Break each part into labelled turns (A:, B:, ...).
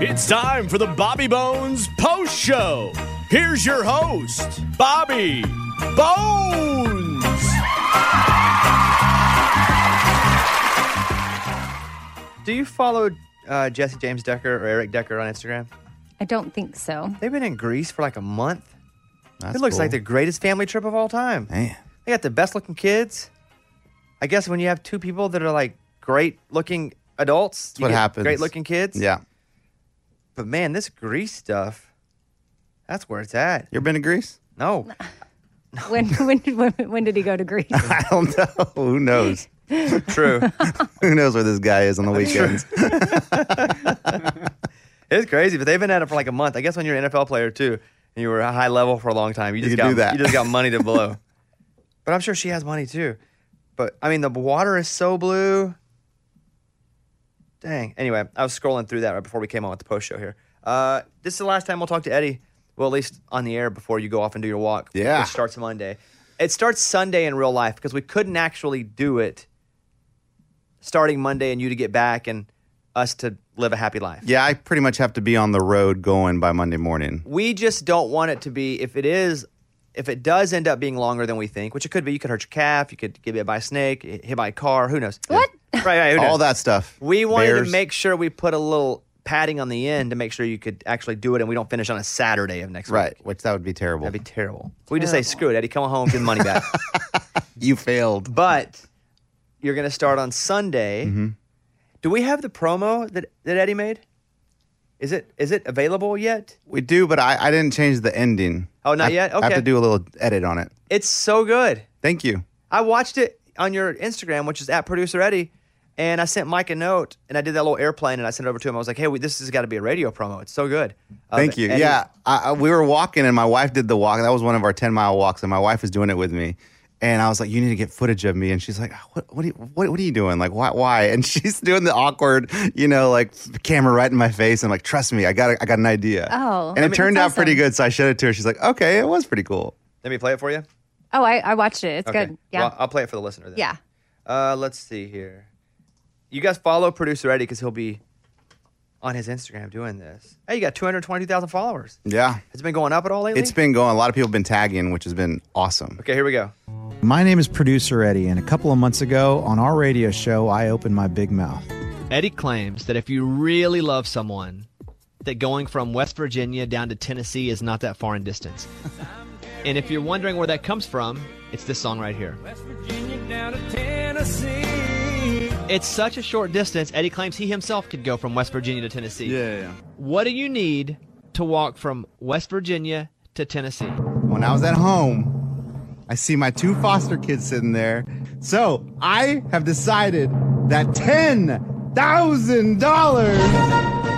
A: It's time for the Bobby Bones Post Show. Here's your host, Bobby Bones.
B: Do you follow uh, Jesse James Decker or Eric Decker on Instagram?
C: I don't think so.
B: They've been in Greece for like a month. it looks like the greatest family trip of all time.
D: Man.
B: They got the best looking kids. I guess when you have two people that are like great looking adults,
D: what happens.
B: Great looking kids.
D: Yeah.
B: But man, this Greece stuff, that's where it's at.
D: You ever been to Greece?
B: No.
C: When when when, when did he go to Greece?
D: I don't know. Who knows?
B: True.
D: Who knows where this guy is on the weekends?
B: it's crazy, but they've been at it for like a month. I guess when you're an NFL player too, and you were a high level for a long time, you just
D: could
B: got
D: do that.
B: you just got money to blow. but I'm sure she has money too. But I mean, the water is so blue. Dang. Anyway, I was scrolling through that right before we came on with the post show here. Uh, this is the last time we'll talk to Eddie. Well, at least on the air before you go off and do your walk.
D: Yeah.
B: Which starts Monday. It starts Sunday in real life because we couldn't actually do it starting Monday and you to get back and us to live a happy life.
D: yeah, I pretty much have to be on the road going by Monday morning.
B: we just don't want it to be if it is if it does end up being longer than we think which it could be you could hurt your calf you could get bit by a snake hit hit by a car who knows
C: What?
B: right, right who knows?
D: All that stuff.
B: we wanted
D: Bears.
B: to make sure we put a little padding on the end to make sure you could actually do it and we don't finish on a saturday of next
D: right,
B: week
D: which that would be terrible.
B: that'd be terrible we just say screw it eddie come home get the money back
D: you failed.
B: but you're gonna start on sunday
D: Mm-hmm.
B: do we have the promo that, that eddie made is it is it available yet
D: We do, but I, I didn't change the ending.
B: Oh, not
D: I-
B: yet?
D: I have
B: Okay.
D: to do a little edit on it.
B: it's so good
D: Thank you.
B: I watched it on your Instagram, which is at producer Eddie, and I sent Mike a note, and I did that little airplane, and I sent it over to him. I was like, "Hey, we, this has got to be a radio promo. It's so good." Uh,
D: Thank you.
B: Eddie-
D: Yeah, I, I, we were walking, and my wife did the walk. That was one of our ten mile walks, and my wife was doing it with me. And I was like, "You need to get footage of me." And she's like, "What? What are you? What, what are you doing? Like, why? Why?" And she's doing the awkward, you know, like camera right in my face. I'm like, "Trust me, I got, a, I got an idea."
C: Oh,
D: and
C: I
D: it
C: mean,
D: turned out
C: that's
D: pretty
C: awesome.
D: good. So I showed it to her. She's like, "Okay, it was pretty cool."
B: Let me play it for you.
C: Oh, I, I watched it. It's
B: Okay.
C: good. Yeah.
B: Well, I'll play it for the listener. Then.
C: yeah.
B: Uh, let's see here. You guys follow producer Eddie because he'll be on his Instagram doing this. Hey, you got two hundred twenty-two thousand followers.
D: Yeah,
B: Has it been going up at all lately?
D: it's been going. A lot of people have been tagging, which has been awesome.
B: okay. Here we go.
E: My name is producer Eddie, and a couple of months ago on our radio show, I opened my big mouth.
F: Eddie claims that if you really love someone, that going from West Virginia down to Tennessee is not that far in distance. and if you're wondering where that comes from, it's this song right here. It's such a short distance, Eddie claims he himself could go from West Virginia to Tennessee.
D: Yeah.
F: What do you need to walk from West Virginia to Tennessee?
D: when I was at home, I see my two foster kids sitting there. So I have decided that ten thousand dollars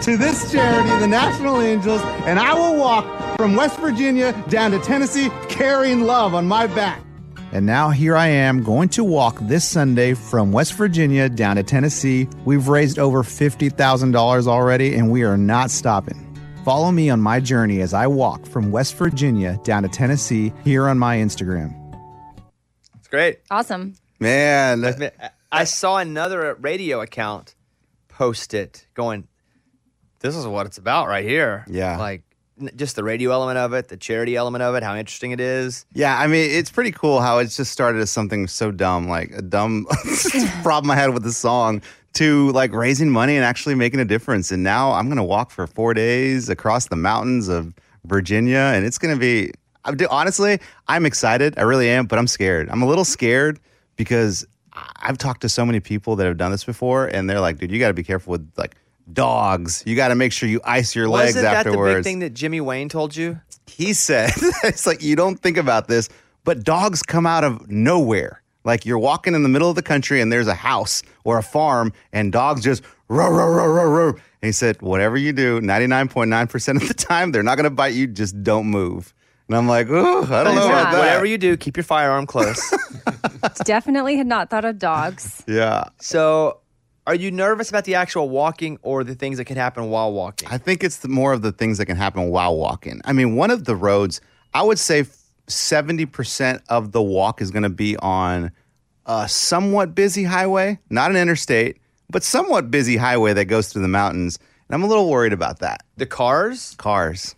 D: to this charity, the National Angels, and I will walk from West Virginia down to Tennessee carrying love on my back.
E: And now here I am going to walk this Sunday from West Virginia down to Tennessee. We've raised over $50,000 already, and we are not stopping. Follow me on my journey as I walk from West Virginia down to Tennessee here on my Instagram.
B: It's great.
C: Awesome.
D: Man,
B: I mean, I- I saw another uh, radio account post it going, This is what it's about right here.
D: Yeah.
B: Like n- just the radio element of it, the charity element of it, how interesting it is.
D: Yeah, I mean, it's pretty cool how it's just started as something so dumb, like a dumb problem I had with the song, to like raising money and actually making a difference. And now I'm going to walk for four days across the mountains of Virginia, and it's going to be. I'm, dude, honestly, I'm excited. I really am, but I'm scared. I'm a little scared because I- I've talked to so many people that have done this before, and they're like, "Dude, you got to be careful with like." Dogs, you got to make sure you ice your legs
B: Wasn't that
D: afterwards
B: the big thing that Jimmy Wayne told you?
D: he said it's like you don't think about this but dogs come out of nowhere like you're walking in the middle of the country and there's a house or a farm and dogs just roar roar roar roar roar and he said whatever you do 99.9% of the time they're not going to bite you just don't move and i'm like ooh i don't know about
C: Yeah.
D: that
B: Whatever you do, keep your firearm close.
C: Definitely had not thought of dogs.
D: yeah
B: so, are you nervous about the actual walking or the things that could happen while walking?
D: I think it's the, more of the things that can happen while walking. I mean, one of the roads, I would say 70% of the walk is going to be on a somewhat busy highway, not an interstate, but somewhat busy highway that goes through the mountains. And I'm a little worried about that.
B: The cars?
D: Cars.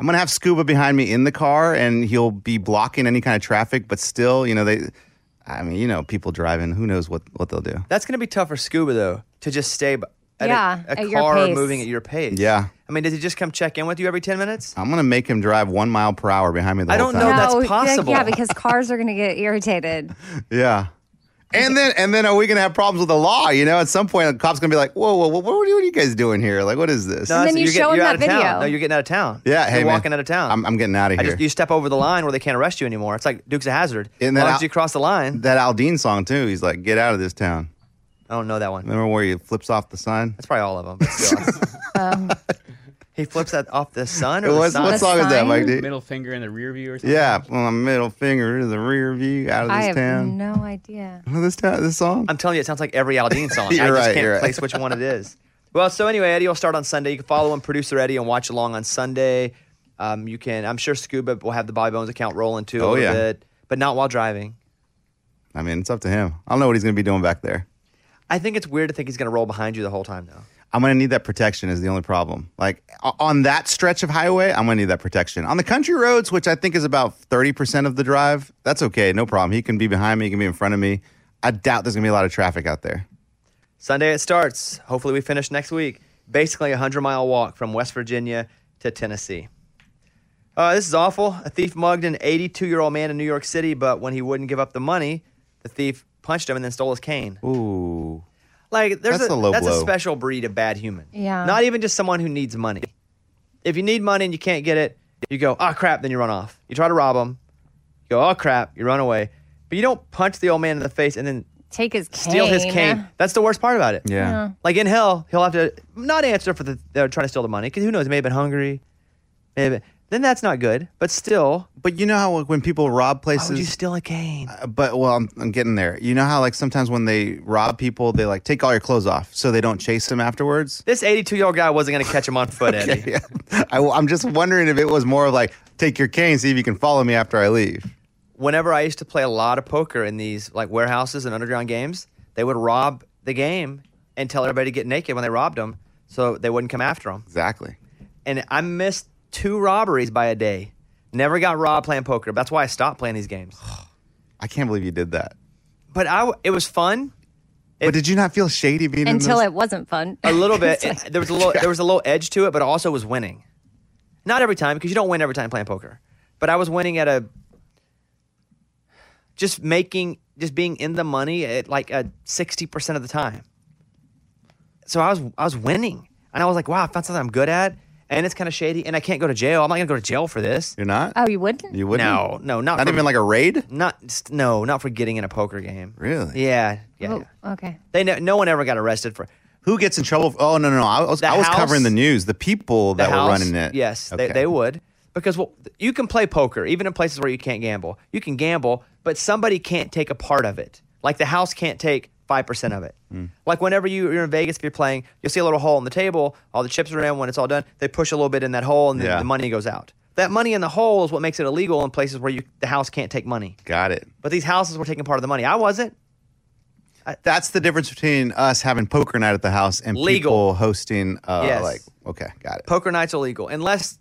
D: I'm gonna have Scuba behind me in the car, and he'll be blocking any kind of traffic. But still, you know, they. I mean, you know, people driving. Who knows what what they'll do?
B: That's going to be tough for Scuba though to just stay b- at
C: Yeah,
B: a, a
C: at your
B: car
C: pace.
B: moving at your pace.
D: Yeah.
B: I mean, does he just come check in with you every ten minutes?
D: I'm gonna make him drive one mile per hour behind me. The
B: I
D: whole
B: don't
D: time.
B: know Oh, that's
C: yeah,
B: possible.
C: Yeah, because cars are going to get irritated.
D: Yeah. And then and then are we gonna have problems with the law? You know, at some point the cops gonna be like, whoa, whoa, whoa, what are you, what are you guys doing here? Like, what is this?
B: No, that's-
C: then you
B: you're
C: show him
B: you're
C: that
B: out of town.
C: video.
B: No, you're getting out of town.
D: yeah,
B: you're
D: hey, man.
B: walking out of town.
D: I'm, I'm getting out of
B: I
D: here.
B: just you step over the line where they can't arrest you anymore. It's like Duke's a Hazard. As
D: And then
B: long as
D: I'll-
B: you cross the line,
D: that Al Dean song too. He's like, get out of this town.
B: I don't know that one.
D: Remember where he flips off the sign?
B: That's probably all of them. but still.
C: Um,
B: he flips that off the sun or
D: It
B: the
D: was,
B: sign?
D: what
C: The
D: song is that, Mike?
C: sign?
D: D?
G: Middle finger in the rear view or something.
D: Yeah, well, my middle finger to the rear view, out of
C: I
D: this
C: have
D: town.
C: no idea.
D: Remember this town, this song.
B: I'm telling you, it sounds like every Aldine song. I
D: You're
B: just
D: right,
B: can't
D: you're right.
B: place which one it is. Well, so anyway, Eddie will start on Sunday. You can follow him, producer Eddie, and watch along on Sunday. Um, you can, I'm sure Scuba will have the Bobby Bones account rolling too a
D: Oh,
B: little
D: yeah.
B: bit, but not while driving.
D: I mean, it's up to him. I don't know what he's gonna be doing back there.
B: I think it's weird to think he's going to roll behind you the whole time, though.
D: I'm gonna need that protection is the only problem. Like o- on that stretch of highway, I'm gonna need that protection. On the country roads, which I think is about 30% of the drive, that's okay, no problem. He can be behind me, he can be in front of me. I doubt there's gonna be a lot of traffic out there.
B: Sunday it starts. Hopefully we finish next week. Basically a 100 mile walk from West Virginia to Tennessee. Uh, this is awful. A thief mugged an 82 year old man in New York City, but when he wouldn't give up the money, the thief punched him and then stole his cane.
D: Ooh.
B: Like there's
D: That's
B: a,
D: a low
B: that's a
D: blow.
B: special breed of bad human.
C: Yeah.
B: Not even just someone who needs money. If you need money and you can't get it, you go, oh crap, then you run off. You try to rob him, you go, oh crap, you run away. But you don't punch the old man in the face and then
C: Take his cane.
B: steal his cane. That's the worst part about it.
D: Yeah. Yeah.
B: Like in hell, he'll have to not answer for the they're trying to steal the money because who knows? Maybe have been hungry. Maybe then that's not good. But still,
D: But you know how like, when people rob
B: why would you
D: places uh,
B: steal a cane?
D: but well I'm, I'm getting there. You know how like sometimes when they rob people, they like take all your clothes off so they don't chase them afterwards?
B: This 82 year old guy wasn't going to catch him on foot, Eddie.
D: Yeah. I, I'm just wondering if it was more of like take your cane, see if you can follow me after I leave.
B: whenever I used to play a lot of poker in these like warehouses and underground games, they would rob the game and tell everybody to get naked when they robbed them, so they wouldn't come after them.
D: Exactly.
B: And I missed two robberies by a day. Never got robbed playing poker. That's why I stopped playing these games.
D: I can't believe you did that.
B: But I, it was fun
D: but did you not feel shady being in
C: Until
D: those-
C: it wasn't fun.
B: a little bit. It- there was a little, there was a little edge to it, but I also was winning. Not every time because you don't win every time playing poker. But I was winning at a just making just being in the money at like a sixty percent of the time. So I was I was winning, and I was like, wow, I found something I'm good at, and it's kind of shady, and I can't go to jail. I'm not gonna go to jail for this.
D: You're not?
C: oh, you wouldn't?
D: you wouldn't?
B: No, no, not
D: Not
B: for-
D: even like a raid?
B: Not just- no, not for getting in a poker game.
D: Really?
B: Yeah, yeah.
C: Oh,
B: yeah.
C: okay.
B: They no, no one ever got arrested for
D: Who gets in trouble? f- Oh, no, no, no. I was,
B: The
D: I was
B: house-
D: covering the news. The people that
B: the
D: were
B: house,
D: running it.
B: Yes,
D: Okay.
B: they, they would because well, you can play poker even in places where you can't gamble. You can gamble, but somebody can't take a part of it. Like the house can't take five percent of it.
D: Hmm.
B: Like whenever you, you're in Vegas, if you're playing, you'll see a little hole in the table. All the chips are in. When it's all done, they push a little bit in that hole, and the,
D: Yeah.
B: the money goes out. That money in the hole is what makes it illegal in places where you the house can't take money.
D: Got it.
B: But these houses were taking part of the money. I wasn't.
D: That's the difference between us having poker night at the house and
B: Legal.
D: people hosting, uh,
B: Yes.
D: like, okay, got it.
B: Poker nights illegal unless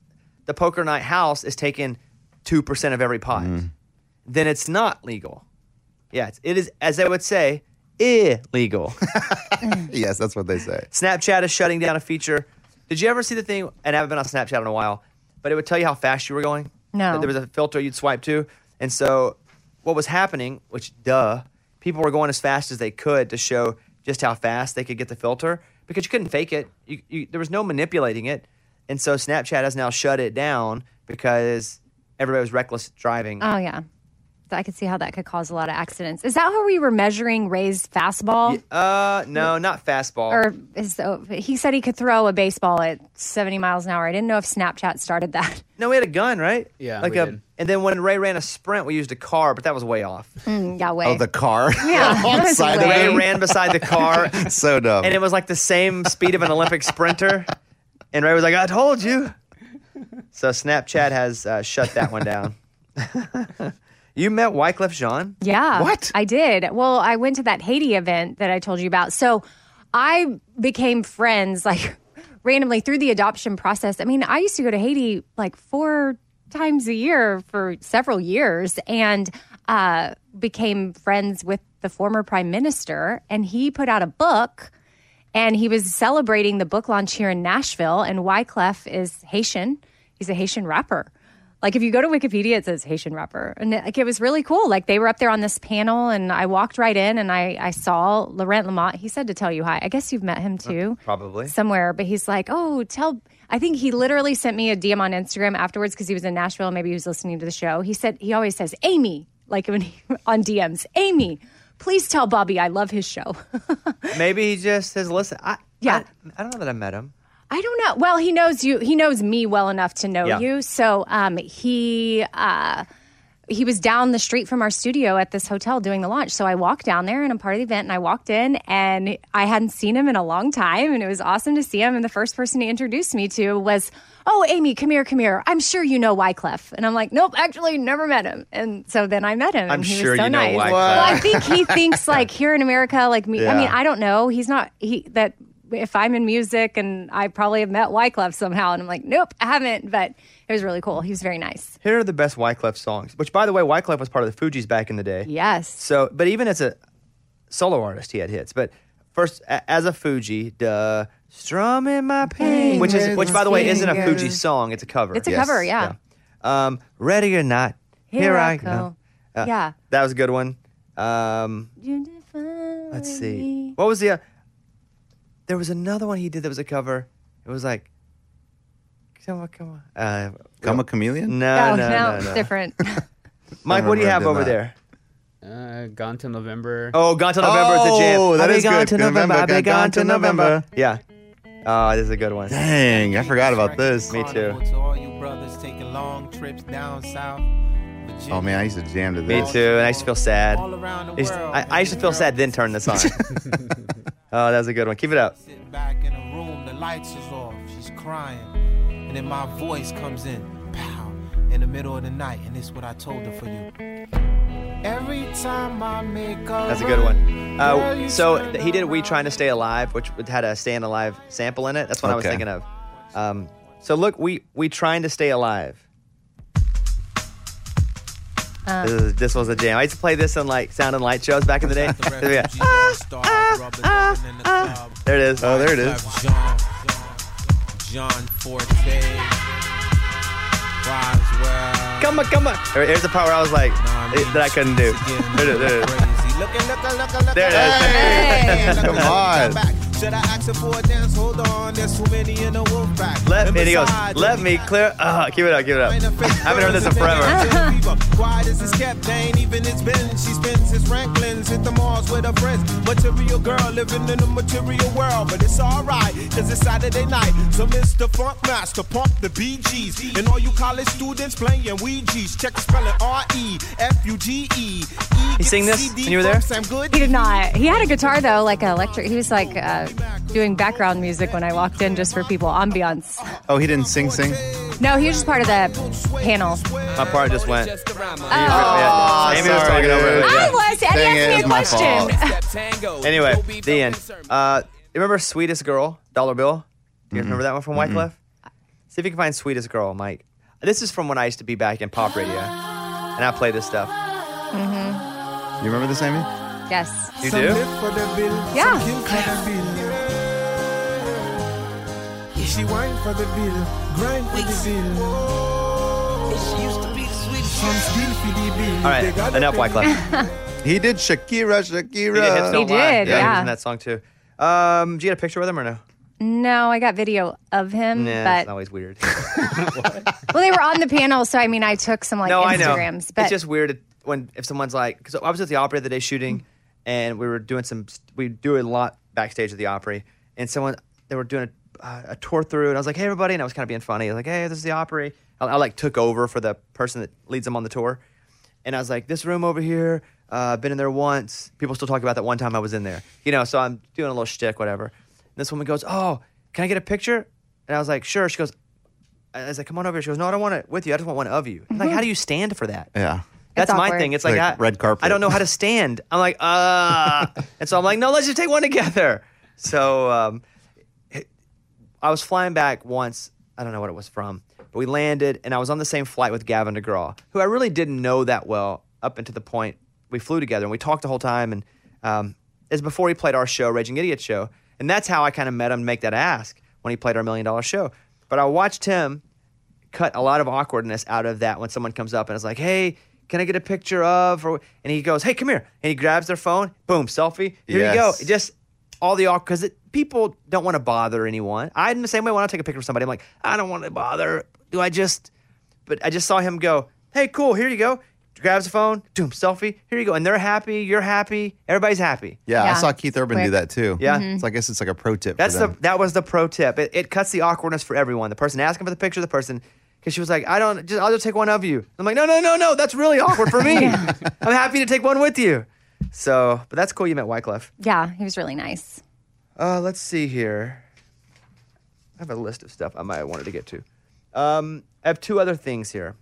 B: the poker night house is taking two percent of every pot.
D: Mm-hmm.
B: Then it's not legal. Yeah, it's, it is as they would say illegal.
D: yes, that's what they say.
B: Snapchat is shutting down a feature. Did you ever see the thing? And I haven't been on Snapchat in a while, but it would tell you how fast you were going.
C: No.
B: There was a filter you'd swipe to. And so what was happening, which duh, people were going as fast as they could to show just how fast they could get the filter because you couldn't fake it. You, you, there was no manipulating it. And so Snapchat has now shut it down because everybody was reckless driving.
C: Oh, yeah. I could see how that could cause a lot of accidents. Is that how we were measuring Ray's fastball?
B: Uh, no, not fastball.
C: Or is oh, he said he could throw a baseball at 70 miles an hour. I didn't know if Snapchat started that.
B: no, we had a gun, right?
G: Yeah,
B: Like
G: we
B: a,
G: did.
B: and then when Ray ran a sprint, we used a car, but that was way off.
C: Mm, Yahweh.
D: Oh, the car.
C: yeah, that was
D: side of
C: way-
B: Ray ran beside the car,
D: so dumb.
B: and it was like the same speed of an Olympic sprinter. And Ray was like, "I told you." So Snapchat has uh, shut that one down. you met Wyclef Jean.
C: Yeah.
D: What?
C: I did. Well, I went to that Haiti event that I told you about. So I became friends. Like, randomly through the adoption process. I mean, I used to go to Haiti like four times a year for several years and uh, became friends with the former prime minister. And he put out a book and he was celebrating the book launch here in Nashville. And Wyclef is Haitian, he's a Haitian rapper. Like if you go to Wikipedia, it says Haitian rapper, and it, like it was really cool. Like they were up there on this panel, and I walked right in, and I I saw Laurent Lamont. He said to tell you hi. I guess you've met him too,
B: Probably.
C: somewhere. But he's like, oh, tell. I think he literally sent me a DM on Instagram afterwards because he was in Nashville. Maybe he was listening to the show. He said he always says Amy, like when he, on DMs, Amy. Please tell Bobby I love his show.
B: Maybe he just has listened. I,
C: Yeah.
B: I, I don't know that I met him.
C: I don't know. Well, he knows you. He knows me well enough to know
B: Yeah.
C: you. So um, he uh, he was down the street from our studio at this hotel doing the launch. So I walked down there and I'm part of the event. And I walked in and I hadn't seen him in a long time, and it was awesome to see him. And the first person he introduced me to was, "Oh, Amy, come here, come here. I'm sure you know Wyclef." And I'm like, "Nope, actually, never met him." And so then I met him.
B: I'm
C: and he
B: sure
C: was so
B: you know
C: nice.
B: Wyclef.
C: Well, I think he thinks like here in America, like me. I mean,
D: Yeah.
C: I don't know. He's not he that if I'm in music and I probably have met Wyclef somehow, and I'm like, nope, I haven't. But it was really cool. He was very nice.
B: Here are the best Wyclef songs, which, by the way, Wyclef was part of the Fugees back in the day.
C: Yes.
B: So, but even as a solo artist, he had hits. But first, a- as a Fuji, duh, strumming my pain, which is which, by the way, isn't a Fuji song; it's a cover.
C: It's a
D: Yes.
C: cover, yeah.
B: Um, ready or not, here, I go. Uh,
C: Yeah.
B: that was a good one. Um, let's see, what was the? Uh, there was another one he did that was a cover. It was like, come on, come on, uh,
D: Come a chameleon?
B: no,
C: Oh,
B: no, no,
C: it's
B: no.
C: different.
B: Mike, what do you
D: Remember
B: have
D: did
B: over
D: not.
B: there?
G: Uh, gone to November.
B: Oh, gone to November at the jam.
D: Oh, that
B: I'll be
D: is
B: gone
D: good.
B: to
D: Gone
B: November. I'll
D: November,
B: be
D: gone
B: gone to
D: to
B: November. Yeah. Oh, this is a good one.
D: Dang, I forgot about this.
B: Me too.
H: To all you brothers taking long trips down south.
D: Oh man, I used to jam to
B: Me
D: this.
B: too. And I used to feel sad.
H: All around the
B: It's-
H: world,
B: I, I used to feel sad, then turn this on. oh, that was a good one. Keep it up.
H: Sit back in a room, the lights is off. She's crying. And then my voice comes in, pow, in the middle of the night. And it's what I told her for you. Every time I make a
B: That's a good one. Uh, so th- he did "We Trying to Stay Alive," which had a "Staying Alive" sample in it. That's what I was
D: Okay.
B: thinking of. Um, so look, we we trying to stay alive. this, is, this was a jam. I used to play this in like sound and light shows back in the day. yeah. Ah, There it is.
D: Oh, there it is.
H: John, John Forte, Roswell.
B: Come on, come on. There- Here's the part where I was like, it- that I couldn't do. There it is. There it is. There it is.
C: Hey.
H: Come
D: Come on.
H: Should I ask her for a dance? Hold on, there's too many in the wolf pack.
B: Let
H: And
B: me, and he goes,
H: besides,
B: let me clear. Uh, keep it up, keep it up.
H: ain't a
B: I
H: fake
B: haven't heard this in
H: friends,
B: forever.
H: it's a fever. Why does this kept? They ain't even it's been. She spends his Franklin's hit the malls with her friends. Material girl living in a material world, but it's alright, cause it's Saturday night. So Mr. Funk Master, pump the BGs. And all you college students playing Ouija's. Check the spelling R E F U G E.
B: You sing this when you were there?
H: I'm good.
C: he did not. He had a guitar though, like an electric. He was like uh, doing background music when I walked in, just for people ambiance.
D: Oh, he didn't sing sing?
C: No, he was just part of the panel.
B: My part just went.
D: Oh,
B: Amy was
D: sorry,
B: talking over
D: dude.
B: it.
C: I was, and
D: Dang
C: he asked
D: it,
C: me a
D: it's my fault.
C: question.
B: Anyway, the end. Uh, you remember Sweetest Girl, Dollar Bill? Do you remember that one from Wyclef? See if you can find Sweetest Girl, Mike. This is from when I used to be back in pop radio, and I play this stuff.
D: You remember this, Amy?
C: Yes.
B: You do?
C: Yeah.
H: She whine for the bill, grind for the bill. Some steal for the bill.
B: All right, enough Wyclef.
D: He did Shakira, Shakira.
B: Yeah, hips don't
C: He
B: lie.
C: did,
B: He was
C: yeah.
B: in that song too. Um, do you get a picture with him or no?
C: No, I got video of him,
B: Nah,
C: but
B: it's always weird.
C: well, they were on the panel, so I mean, I took some like
B: no, I know.
C: Instagrams, but
B: It's just weird when if someone's like, because I was at the Opry the other day shooting, and we were doing some, we do a lot backstage at the Opry, and someone they were doing a, uh, a tour through, and I was like, hey everybody, and I was kind of being funny, like, hey, this is the Opry. I, I like took over for the person that leads them on the tour, and I was like, this room over here, uh, been in there once. People still talk about that one time I was in there, you know. So I'm doing a little shtick, whatever. And this woman goes, oh, can I get a picture? And I was like, sure. She goes, I was like, come on over here. She goes, no, I don't want it with you. I just want one of you. I'm Like, how do you stand for that?
D: Yeah.
B: That's my
C: awkward.
B: thing. It's like,
D: Like
B: I,
D: red carpet.
B: I don't know how to stand. I'm like, uh. and so I'm like, no, let's just take one together. So um, I was flying back once. I don't know what it was from, but we landed, and I was on the same flight with Gavin DeGraw, who I really didn't know that well up until the point we flew together, and we talked the whole time. And um, it's before he played our show, Raging Idiot show, and that's how I kind of met him to make that ask when he played our million dollar show. But I watched him cut a lot of awkwardness out of that when someone comes up and is like, "Hey, can I get a picture of?" Or and he goes, "Hey, come here," and he grabs their phone, boom, selfie. Here you go.
D: Yes.
B: It just all the awkward because people don't want to bother anyone. I'm the same way when I take a picture of somebody. I'm like, I don't want to bother. Do I just? But I just saw him go. Hey, cool. Here you go. Grabs the phone, boom, selfie. Here you go. And they're happy. You're happy. Everybody's happy.
D: Yeah,
C: Yeah.
D: I saw Keith Urban do
C: Quick. Mm-hmm.
D: that too.
B: Yeah.
D: So I guess it's like a pro tip.
B: That's
D: for
B: the
D: them.
B: that was the pro tip. It, it cuts the awkwardness for everyone. The person asking for the picture, the person because she was like, I don't just I'll just take one of you. I'm like, no, no, no, no. That's really awkward for me. I'm happy to take one with you. So, but that's cool. You met Wyclef.
C: Yeah, he was really nice.
B: Uh, let's see here. I have a list of stuff I might have wanted to get to. Um, I have two other things here.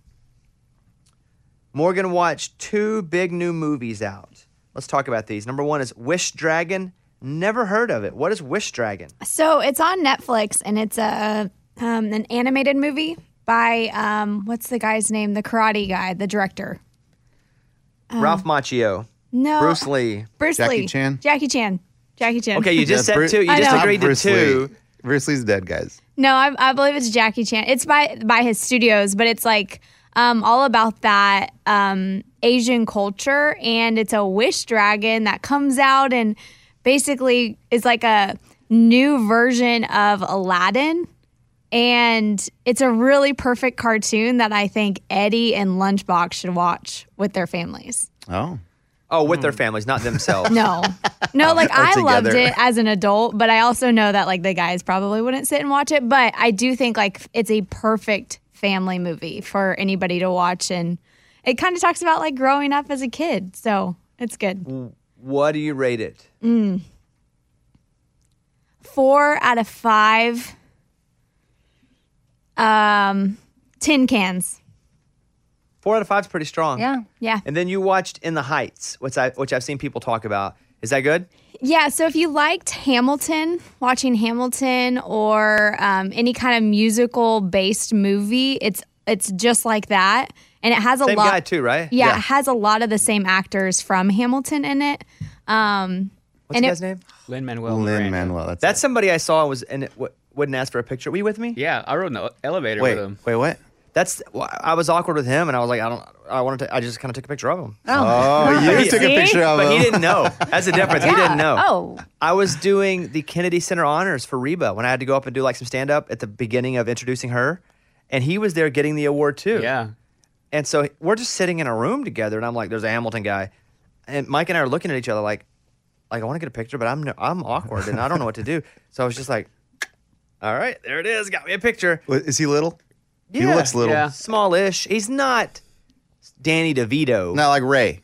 B: Morgan watched two big new movies out. Let's talk about these. Number one is Wish Dragon. Never heard of it. What is Wish Dragon?
I: So it's on Netflix, and it's a um, an animated movie by um, what's the guy's name? The Karate guy, the director.
B: Ralph Macchio.
I: No,
B: Bruce Lee.
I: Bruce
D: Jackie
I: Lee.
D: Chan?
I: Jackie Chan. Jackie Chan.
B: Okay, you just said
D: Yeah, Bru-
B: two. You
I: I
B: just
I: know.
B: agreed to
D: Bruce
B: two.
D: Lee. Bruce Lee's dead, guys.
I: No, I, I believe it's Jackie Chan. It's by by his studios, but it's like um, all about that um, Asian culture, and it's a wish dragon that comes out and basically is like a new version of Aladdin. And it's a really perfect cartoon that I think Eddie and Lunchbox should watch with their families.
D: Oh.
B: Oh, with
G: Hmm.
B: their families, not themselves.
I: No, no, like I loved
D: together.
I: it as an adult, but I also know that like the guys probably wouldn't sit and watch it. But I do think like it's a perfect family movie for anybody to watch, and it kind of talks about like growing up as a kid, so it's good.
B: What do you rate it?
I: Four out of five. Um, tin cans.
B: Four out of five's pretty strong.
C: Yeah.
I: Yeah.
B: And then you watched In the Heights, which I which I've seen people talk about. Is that good?
I: Yeah, so if you liked Hamilton, watching Hamilton or um, any kind of musical based movie, it's it's just like that, and it has a
B: Same
I: lot.
B: guy too, right?
I: Yeah, it has a lot of the same actors from Hamilton in it. Um,
B: What's
I: and
B: the
I: it-
B: guy's name?
G: Lin
C: Oh,
G: Manuel.
D: Lin Manuel. That's,
B: That's somebody I saw was and it, w- wouldn't ask for a picture. Were you with me?
G: Yeah, I rode in the e-, elevator
D: Wait,
G: with him.
D: wait, what?
B: That's well, I was awkward with him, and I was like, I don't. I wanted to. I just kind of took a picture of him.
D: Oh, you took a
C: See?
D: picture of
B: But he
D: him.
B: didn't know. That's the difference. He didn't know.
C: Oh,
B: I was doing the Kennedy Center Honors for Reba when I had to go up and do like some stand up at the beginning of introducing her. And he was there getting the award too.
G: Yeah.
B: And so we're just sitting in a room together and I'm like, there's a Hamilton guy. And Mike and I are looking at each other like, like I want to get a picture, but I'm no- I'm awkward and I don't know what to do. So I was just like, all right, there it is. Got me a picture.
D: Wait, Is he little?
B: Yeah.
D: He looks little.
G: Yeah.
B: Smallish. He's not Danny DeVito.
D: Not like Ray.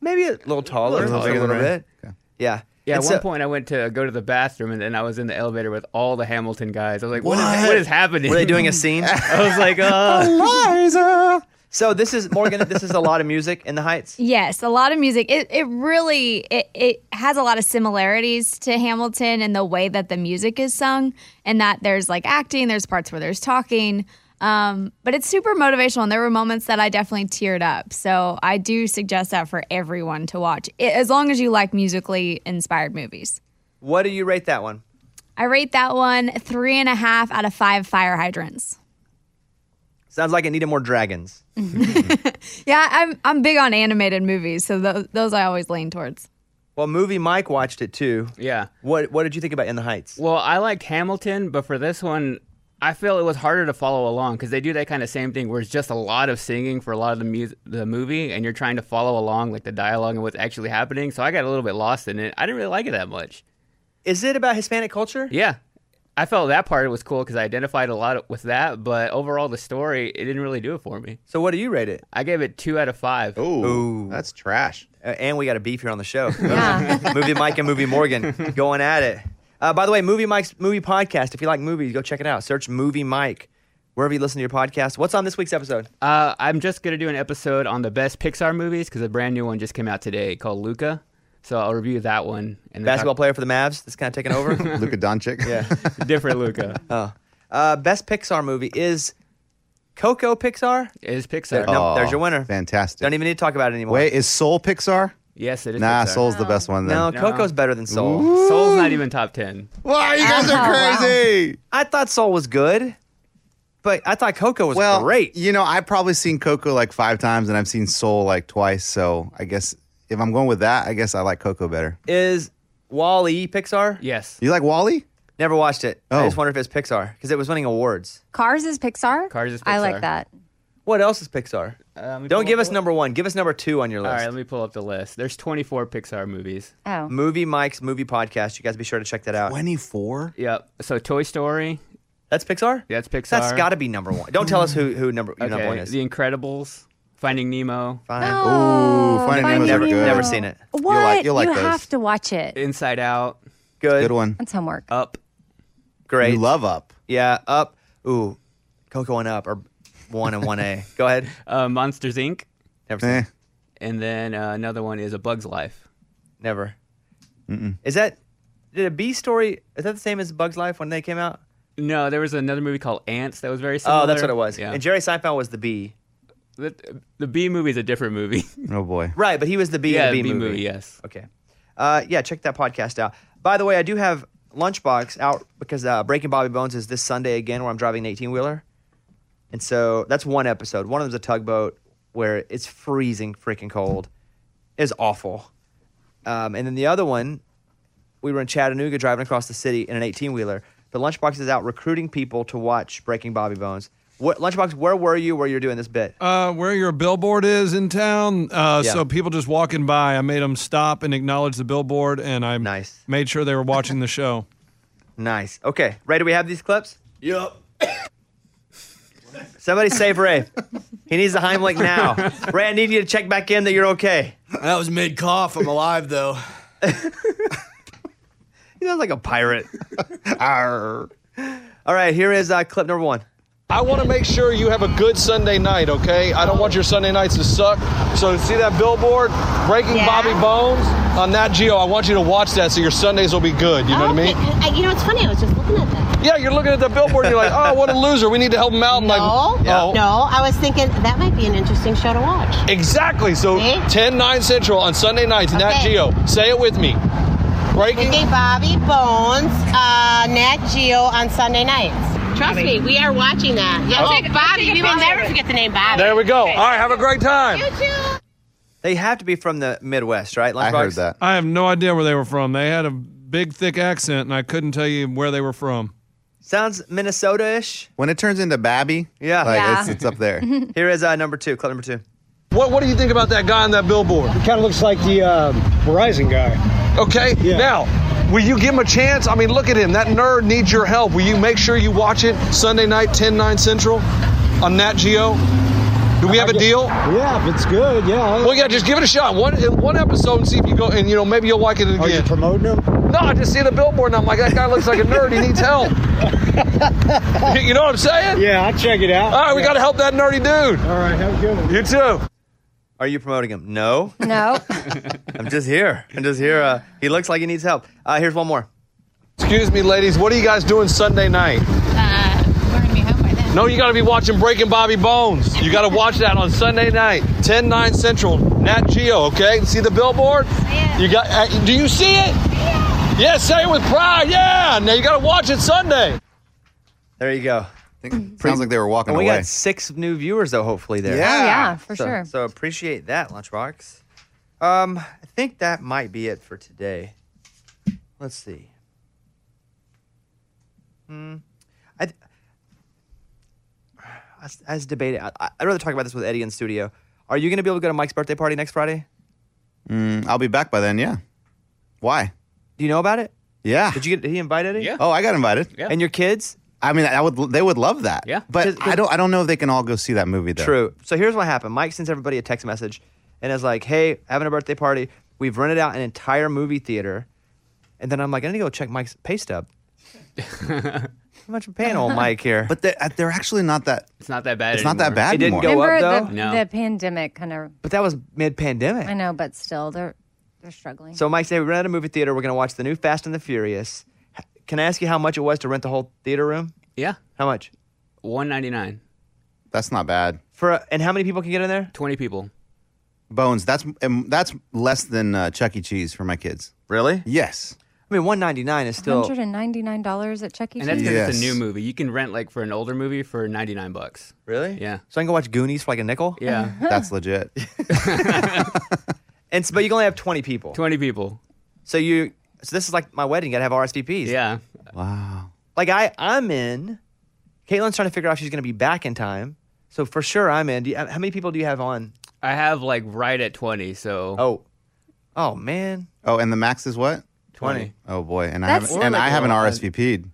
B: Maybe a little taller. A
D: little
B: little,
D: bigger than Rand.
B: bit.
D: Okay.
B: Yeah.
G: Yeah,
B: And
G: at one
B: so-
G: point I went to go to the bathroom and then I was in the elevator with all the Hamilton guys. I was like, what, is,
D: What?
G: what is happening?
B: Were they doing a scene?
G: I was like, uh.
D: Liza.
B: So this is Morgan. this is a lot of music in the Heights.
I: yes, a lot of music. It it really it, it has a lot of similarities to Hamilton in the way that the music is sung, and that there's like acting, there's parts where there's talking. Um, but it's super motivational, and there were moments that I definitely teared up. So I do suggest that for everyone to watch, i as long as you like musically inspired movies.
B: What do you rate that one?
I: I rate that one three and a half out of five fire hydrants.
B: Sounds like it needed more dragons.
I: Yeah, I'm I'm big on animated movies, so tho- those I always lean towards.
B: Well, movie Mike watched it too.
G: yeah.
B: What What did you think about In the Heights?
G: Well, I liked Hamilton, but for this one, I feel it was harder to follow along because they do that kind of same thing where it's just a lot of singing for a lot of the mu- the movie, and you're trying to follow along like the dialogue and what's actually happening. So I got a little bit lost in it. I didn't really like it that much.
B: Is it about Hispanic culture?
G: Yeah, I felt that part was cool because I identified a lot with that, but overall the story it didn't really do it for me.
B: So what do you rate it?
G: I gave it two out of five.
D: Ooh, That's trash.
B: Uh, and we got a beef here on the show.
C: yeah.
B: movie Mike and Movie Morgan going at it. Uh, by the way, Movie Mike's movie podcast. If you like movies, go check it out. Search Movie Mike wherever you listen to your podcast. What's on this week's episode?
G: Uh, I'm just gonna do an episode on the best Pixar movies because a brand new one just came out today called Luca. So I'll review that one. And then
B: Basketball
G: talk-
B: player for the Mavs that's kind of taken over.
D: Luka Doncic.
B: yeah.
G: different Luca
B: Oh. Uh, best Pixar movie is Coco Pixar.
G: is Pixar.
B: No,
D: Aw,
B: there's your winner.
D: Fantastic.
B: Don't even need to talk about it anymore.
D: Wait, is Soul Pixar?
G: Yes, it is.
D: Nah,
G: Pixar.
D: Soul's the best one. Then.
B: No,
G: No.
B: Coco's better than Soul.
G: Soul's not even top ten.
D: Wow, you guys
C: Oh, wow.
D: are crazy.
B: I thought Soul was good, but I thought Coco was
D: Well,
B: great.
D: You know, I've probably seen Coco like five times, and I've seen Soul like twice. So I guess if I'm going with that, I guess I like Coco better.
B: Is Wall-E Pixar?
G: Yes,
D: You like Wally?
B: Never watched it. I
D: Oh.
B: just wonder if it's Pixar because it was winning awards.
C: Cars is Pixar.
G: Cars is
C: I
G: Pixar.
C: like that.
B: What else is Pixar?
G: Uh, let me pull
B: Don't
G: up
B: give
G: the
B: us
G: list.
B: number one. Give us number two on your
G: All
B: list.
G: right, let me pull up the list. There's 24 Pixar movies.
C: Oh,
B: Movie Mike's Movie Podcast. You guys be sure to check that out.
E: 24?
G: Yep. So Toy Story,
B: That's Pixar?
G: that's Pixar.
B: That's got to be number one. Don't tell us who, who number, your
G: okay.
B: number one is.
G: The Incredibles, Finding Nemo,
B: Fine.
C: Oh,
D: Ooh, Finding Nemo's
B: never,
D: pretty good.
B: never seen it.
C: what?
D: like- you'll like
C: you
D: those.
C: have to watch it.
G: Inside Out,
B: Good.
D: Good one.
C: That's homework.
G: Up.
B: Great.
D: You love Up.
B: yeah. Up. Ooh. Coco and Up or one and one A. Go ahead.
G: uh, Monsters Inc.
B: Never seen.
D: Eh.
B: it.
G: And then uh, another one is A Bug's
D: Eh.
G: Life.
B: Never. Is that did a B story? Is that the same as Bug's Life when they came out?
G: No, there was another movie called Ants that was very similar.
B: Oh, that's what it was.
G: Yeah.
B: And Jerry Seinfeld was the B.
G: the, the B movie is a different movie.
D: Oh boy.
B: Right, but he was the B
G: yeah,
B: in the B,
G: movie. Yes.
B: Okay. Uh, yeah, check that podcast out. By the way, I do have Lunchbox out because uh, Breaking Bobby Bones is this Sunday again, where I'm driving an 18 wheeler, and so that's one episode. One of them's a tugboat where it's freezing freaking cold, is awful, um, and then the other one, we were in Chattanooga driving across the city in an 18 wheeler. But Lunchbox is out recruiting people to watch Breaking Bobby Bones. What, Lunchbox, where were you where you're doing this bit?
J: Uh, where your billboard is in town, uh,
B: Yeah.
J: so people just walking by, I made them stop and acknowledge the billboard, and I
B: Nice.
J: made sure they were watching the show.
B: Nice. Okay. Ray, do we have these clips? Yep. Somebody save Ray. He needs the Heimlich now. Ray, I need you to check back in that you're okay.
A: That was mid cough. I'm alive though.
B: He sounds like a pirate. All right, here is uh, clip number one.
K: I want to make sure you have a good Sunday night, okay? I don't want your Sunday nights to suck. So see that billboard, Breaking
L: Yeah.
K: Bobby Bones on that Geo. I want you to watch that so your Sundays will be good. You know what I mean?
L: I, you know, it's funny. I was just looking at that.
K: Yeah, you're looking at the billboard and you're like, oh, what a loser. We need to help him out. And
L: No,
K: like, oh.
L: no. I was thinking that might be an interesting show to watch.
K: Exactly. So
L: See?
K: 10, 9 Central on Sunday nights, Nat
L: Okay.
K: Geo. Say it with me. Breaking
L: Thinking Bobby Bones, uh, Nat Geo on Sunday nights. Trust me, we are watching that. Yeah, oh, Bobby. We will never forget the name Bobby.
K: There we go. All right, have a great time.
B: They have to be from the Midwest, right?
D: I
B: Lunchbox?
D: heard that.
J: I have no idea where they were from. They had a big, thick accent, and I couldn't tell you where they were from.
B: Sounds Minnesota ish.
D: When it turns into Babby,
B: Yeah.
D: like
B: Yeah.
D: It's, it's up there.
B: Here is uh, number two, clip number two.
K: What, what do you think about that guy on that billboard?
L: Kind of looks like the um, Verizon guy.
K: Okay. Now, will you give him a chance? I mean, look at him. That nerd needs your help. Will you make sure you watch it Sunday night, 10 9 Central on Nat Geo? Do we have a deal?
L: Yeah, if it's good, yeah.
K: Well, yeah, just give it a shot. One uh, one episode and see if you go, and Oh, you know, maybe you'll like it again.
L: promoting him?
K: No, I just see the billboard and I'm like, that guy looks like a nerd. He needs help. You- you know what I'm saying?
L: Yeah, I'll check it out.
K: All right, we got to help that nerdy dude.
L: All right, have a good one.
K: You too.
B: Are you promoting him? No.
C: No,
B: I'm just here. I'm just here. Uh, he looks like he needs help. Uh, here's one more.
K: Excuse me, ladies. What are you guys doing Sunday night?
L: Uh, we're gonna be home by then.
K: No, you got to be watching Breaking Bobby Bones. You got to watch that on Sunday night, 10 9 Central, Nat Geo, okay? See the billboard?
L: it.
K: You got uh, Do you see it? Yeah, say it with pride. Yeah. Now you got to watch it Sunday.
B: There you go.
D: Sounds like they were walking
B: And we
D: away.
B: got six new viewers, though, hopefully, there.
D: Yeah.
C: Oh, yeah, for
B: so,
C: sure.
B: So appreciate that, Lunchbox. Um, I think that might be it for today. Let's see. Hmm. I, I, was- I was debating. I, I'd rather talk about this with Eddie in studio. Are you going to be able to go to Mike's birthday party next Friday?
D: I'll be back by then. Yeah. Why?
B: Do you know about it?
D: Yeah.
B: Did you get? Did he invite Eddie?
G: Yeah.
D: Oh, I got invited. Yeah.
B: And your kids?
D: I mean, I would. They would love that.
G: Yeah.
D: But
B: 'Cause- 'cause-
D: I don't. I don't know if they can all go see that movie though.
B: True. So here's what happened. Mike sends everybody a text message and is like, "Hey, having a birthday party. We've rented out an entire movie theater." And then I'm like, "I need to go check Mike's pay stub." How much you paying old Mike here? But
D: But they're, uh, they're actually not that.
G: It's not that bad.
D: It's not that
G: anymore.
D: bad
B: It didn't
D: anymore.
B: go up,
C: remember
B: though?
C: the,
G: No.
C: the pandemic kind of.
B: but that was mid
C: I
B: pandemic.
C: know, but still, they're They're struggling.
B: So Mike said, we rent out a movie theater. We're going to watch the new Fast and the Furious. H- Can I ask you how much it was to rent the whole theater room?
G: Yeah.
B: How much?
G: One ninety nine.
D: That's not bad.
B: For a, and how many people can get in there?
G: Twenty people.
D: Bones. That's um, that's less than uh, Chuck E. Cheese for my kids.
B: Really?
D: Yes.
B: I mean, one ninety nine is
C: Hundred and ninety nine dollars at Chuck E.
G: And that's
C: Cheese.
G: because it's a new movie. You can rent like for an older movie for ninety nine bucks.
B: Really?
G: Yeah.
B: So I can go watch Goonies for like a nickel?
G: Yeah.
D: That's legit.
B: and so, but you can only have twenty people.
G: Twenty people.
B: So you. So this is like my wedding. You got to have RSVPs.
G: Yeah.
D: Wow.
B: Like I, I'm in. Caitlin's trying to figure out if she's going to be back in time. So for sure, I'm in. Do you, uh, how many people do you have on?
G: I have like right at twenty. So.
B: Oh. Oh man.
D: Oh, and the max is what?
G: 20.
D: Oh boy, and
B: That's-
D: I haven't, and I haven't
G: Or like
D: RSVP'd.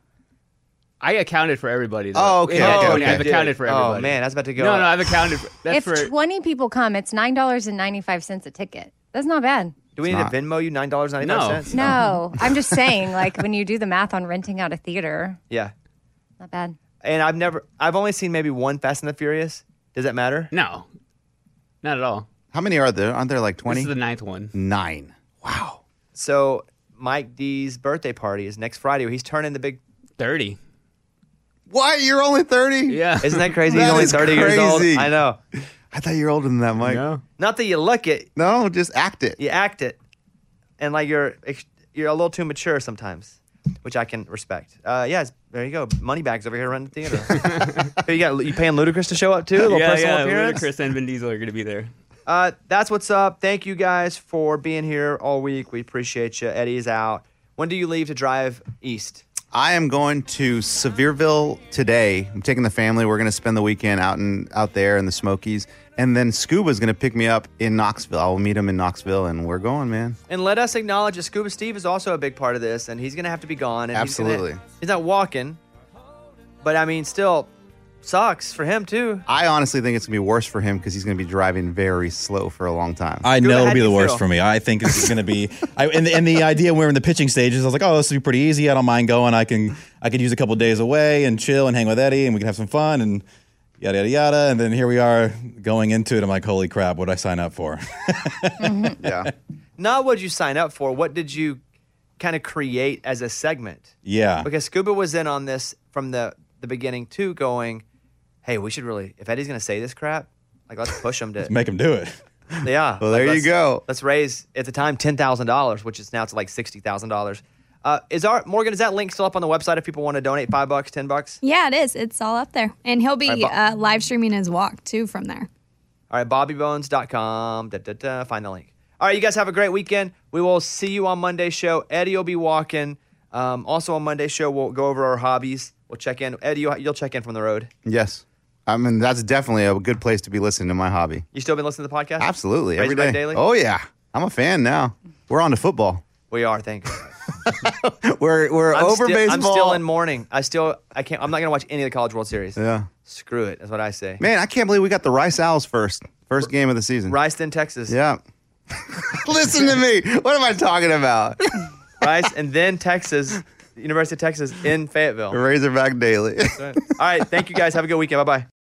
G: I accounted for everybody. Though.
D: Oh, okay,
G: In that
D: okay,
G: 20,
D: okay.
G: I've accounted for
B: Oh,
G: everybody.
B: man, I was about to go-
G: No, no, I've accounted. For, that's
C: if
G: for
C: twenty people come, it's nine dollars and ninety five cents a ticket. That's not bad.
B: Do we
D: It's
B: need
D: not.
B: to Venmo you nine dollars ninety five cents?
C: No, I'm just saying, like when you do the math on renting out a theater,
B: Yeah.
C: not bad.
B: And I've never. I've only seen maybe one Fast and the Furious. Does that
D: Mm.
B: matter?
G: No. Not at all.
D: How many are there? Aren't there like
G: This
D: twenty?
G: is the ninth one.
D: Nine.
B: So Mike D's birthday party is next Friday. He's turning the big.
G: Thirty.
D: What? You're only thirty?
G: Yeah.
B: Isn't that crazy? He's
D: That
B: only
D: is
B: thirty years old.
D: crazy.
B: I know.
D: I thought you were older than that, Mike.
G: No.
B: Not that you look it,
D: No, just act it.
B: you act it, and like you're ex- you're a little too mature sometimes, which I can respect. Uh, yeah, it's- there you go. Moneybags over here running the theater. Who you got you paying Ludacris to show up too? A little
G: yeah,
B: personal
G: yeah.
B: appearance.
G: Chris and Vin Diesel are going to be there.
B: Uh, that's what's up. Thank you guys for being here all week. We appreciate you. Eddie's out. When do you leave to drive east?
D: I am going to Sevierville today. I'm taking the family. We're going to spend the weekend out in out there in the Smokies, and then Scuba's going to pick me up in Knoxville. I'll meet him in Knoxville, and we're going, man.
B: And let us acknowledge that Scuba Steve is also a big part of this, and he's going to have to be gone. And he's gonna-
D: Absolutely.
B: he's not walking, but I mean, still sucks for him too.
D: I honestly think it's going to be worse for him because he's going to be driving very slow for a long time.
M: I know
B: how
M: it'll
B: do
M: be the
B: you
M: worst
B: feel?
M: for me. I think this is going to be. I, and, the- and the idea we were in the pitching stages, I was like, oh, this will be pretty easy. I don't mind going. I can I could use a couple days away and chill and hang with Eddie, and we can have some fun and yada yada yada. And then here we are going into it. I'm like, holy crap, what did I sign up for?
D: yeah.
B: Not what you sign up for. What did you kind of create as a segment?
M: yeah,
B: Because Scuba was in on this from the the beginning too, going, "Hey, we should really. If Eddie's going to say this crap, like let's push him to
M: make him do it.
B: Yeah.
D: Well, there you
B: let's-
D: go.
B: Let's raise at the time ten thousand dollars, which is now to like sixty thousand dollars. Uh, is our Morgan? Is that link still up on the website if people want to donate five bucks, ten bucks?
I: Yeah, it is. It's all up there. And he'll be
B: All right, Bob.
I: uh, live streaming his walk too from there.
B: All right, bobbybones.com. Da, da, da, find the link. All right, you guys have a great weekend. We will see you on Monday's show. Eddie will be walking. Um, also on Monday's show, we'll go over our hobbies. We'll check in. Eddie, you'll, you'll check in from the road.
D: Yes. I mean, that's definitely a good place to be listening to my hobby.
B: You still been listening to the podcast?
D: Absolutely. every
B: Razorback
D: day.
B: Daily?
D: Oh, yeah. I'm a fan now. We're on to football.
B: We are. Thank you.
D: We're, we're
B: I'm
D: over
B: still- I'm
D: baseball.
B: still in mourning. I still. I can't. I'm not gonna watch any of the College World Series.
D: yeah.
B: Screw it. That's what I say.
D: Man, I can't believe we got the Rice Owls first. First game of the season.
B: Rice, then Texas.
D: Yeah. Listen to me. What am I talking about?
B: Rice, and then Texas, University of Texas in Fayetteville. All
D: Razorback Daily.
B: right. Thank you guys. Have a good weekend. Bye bye.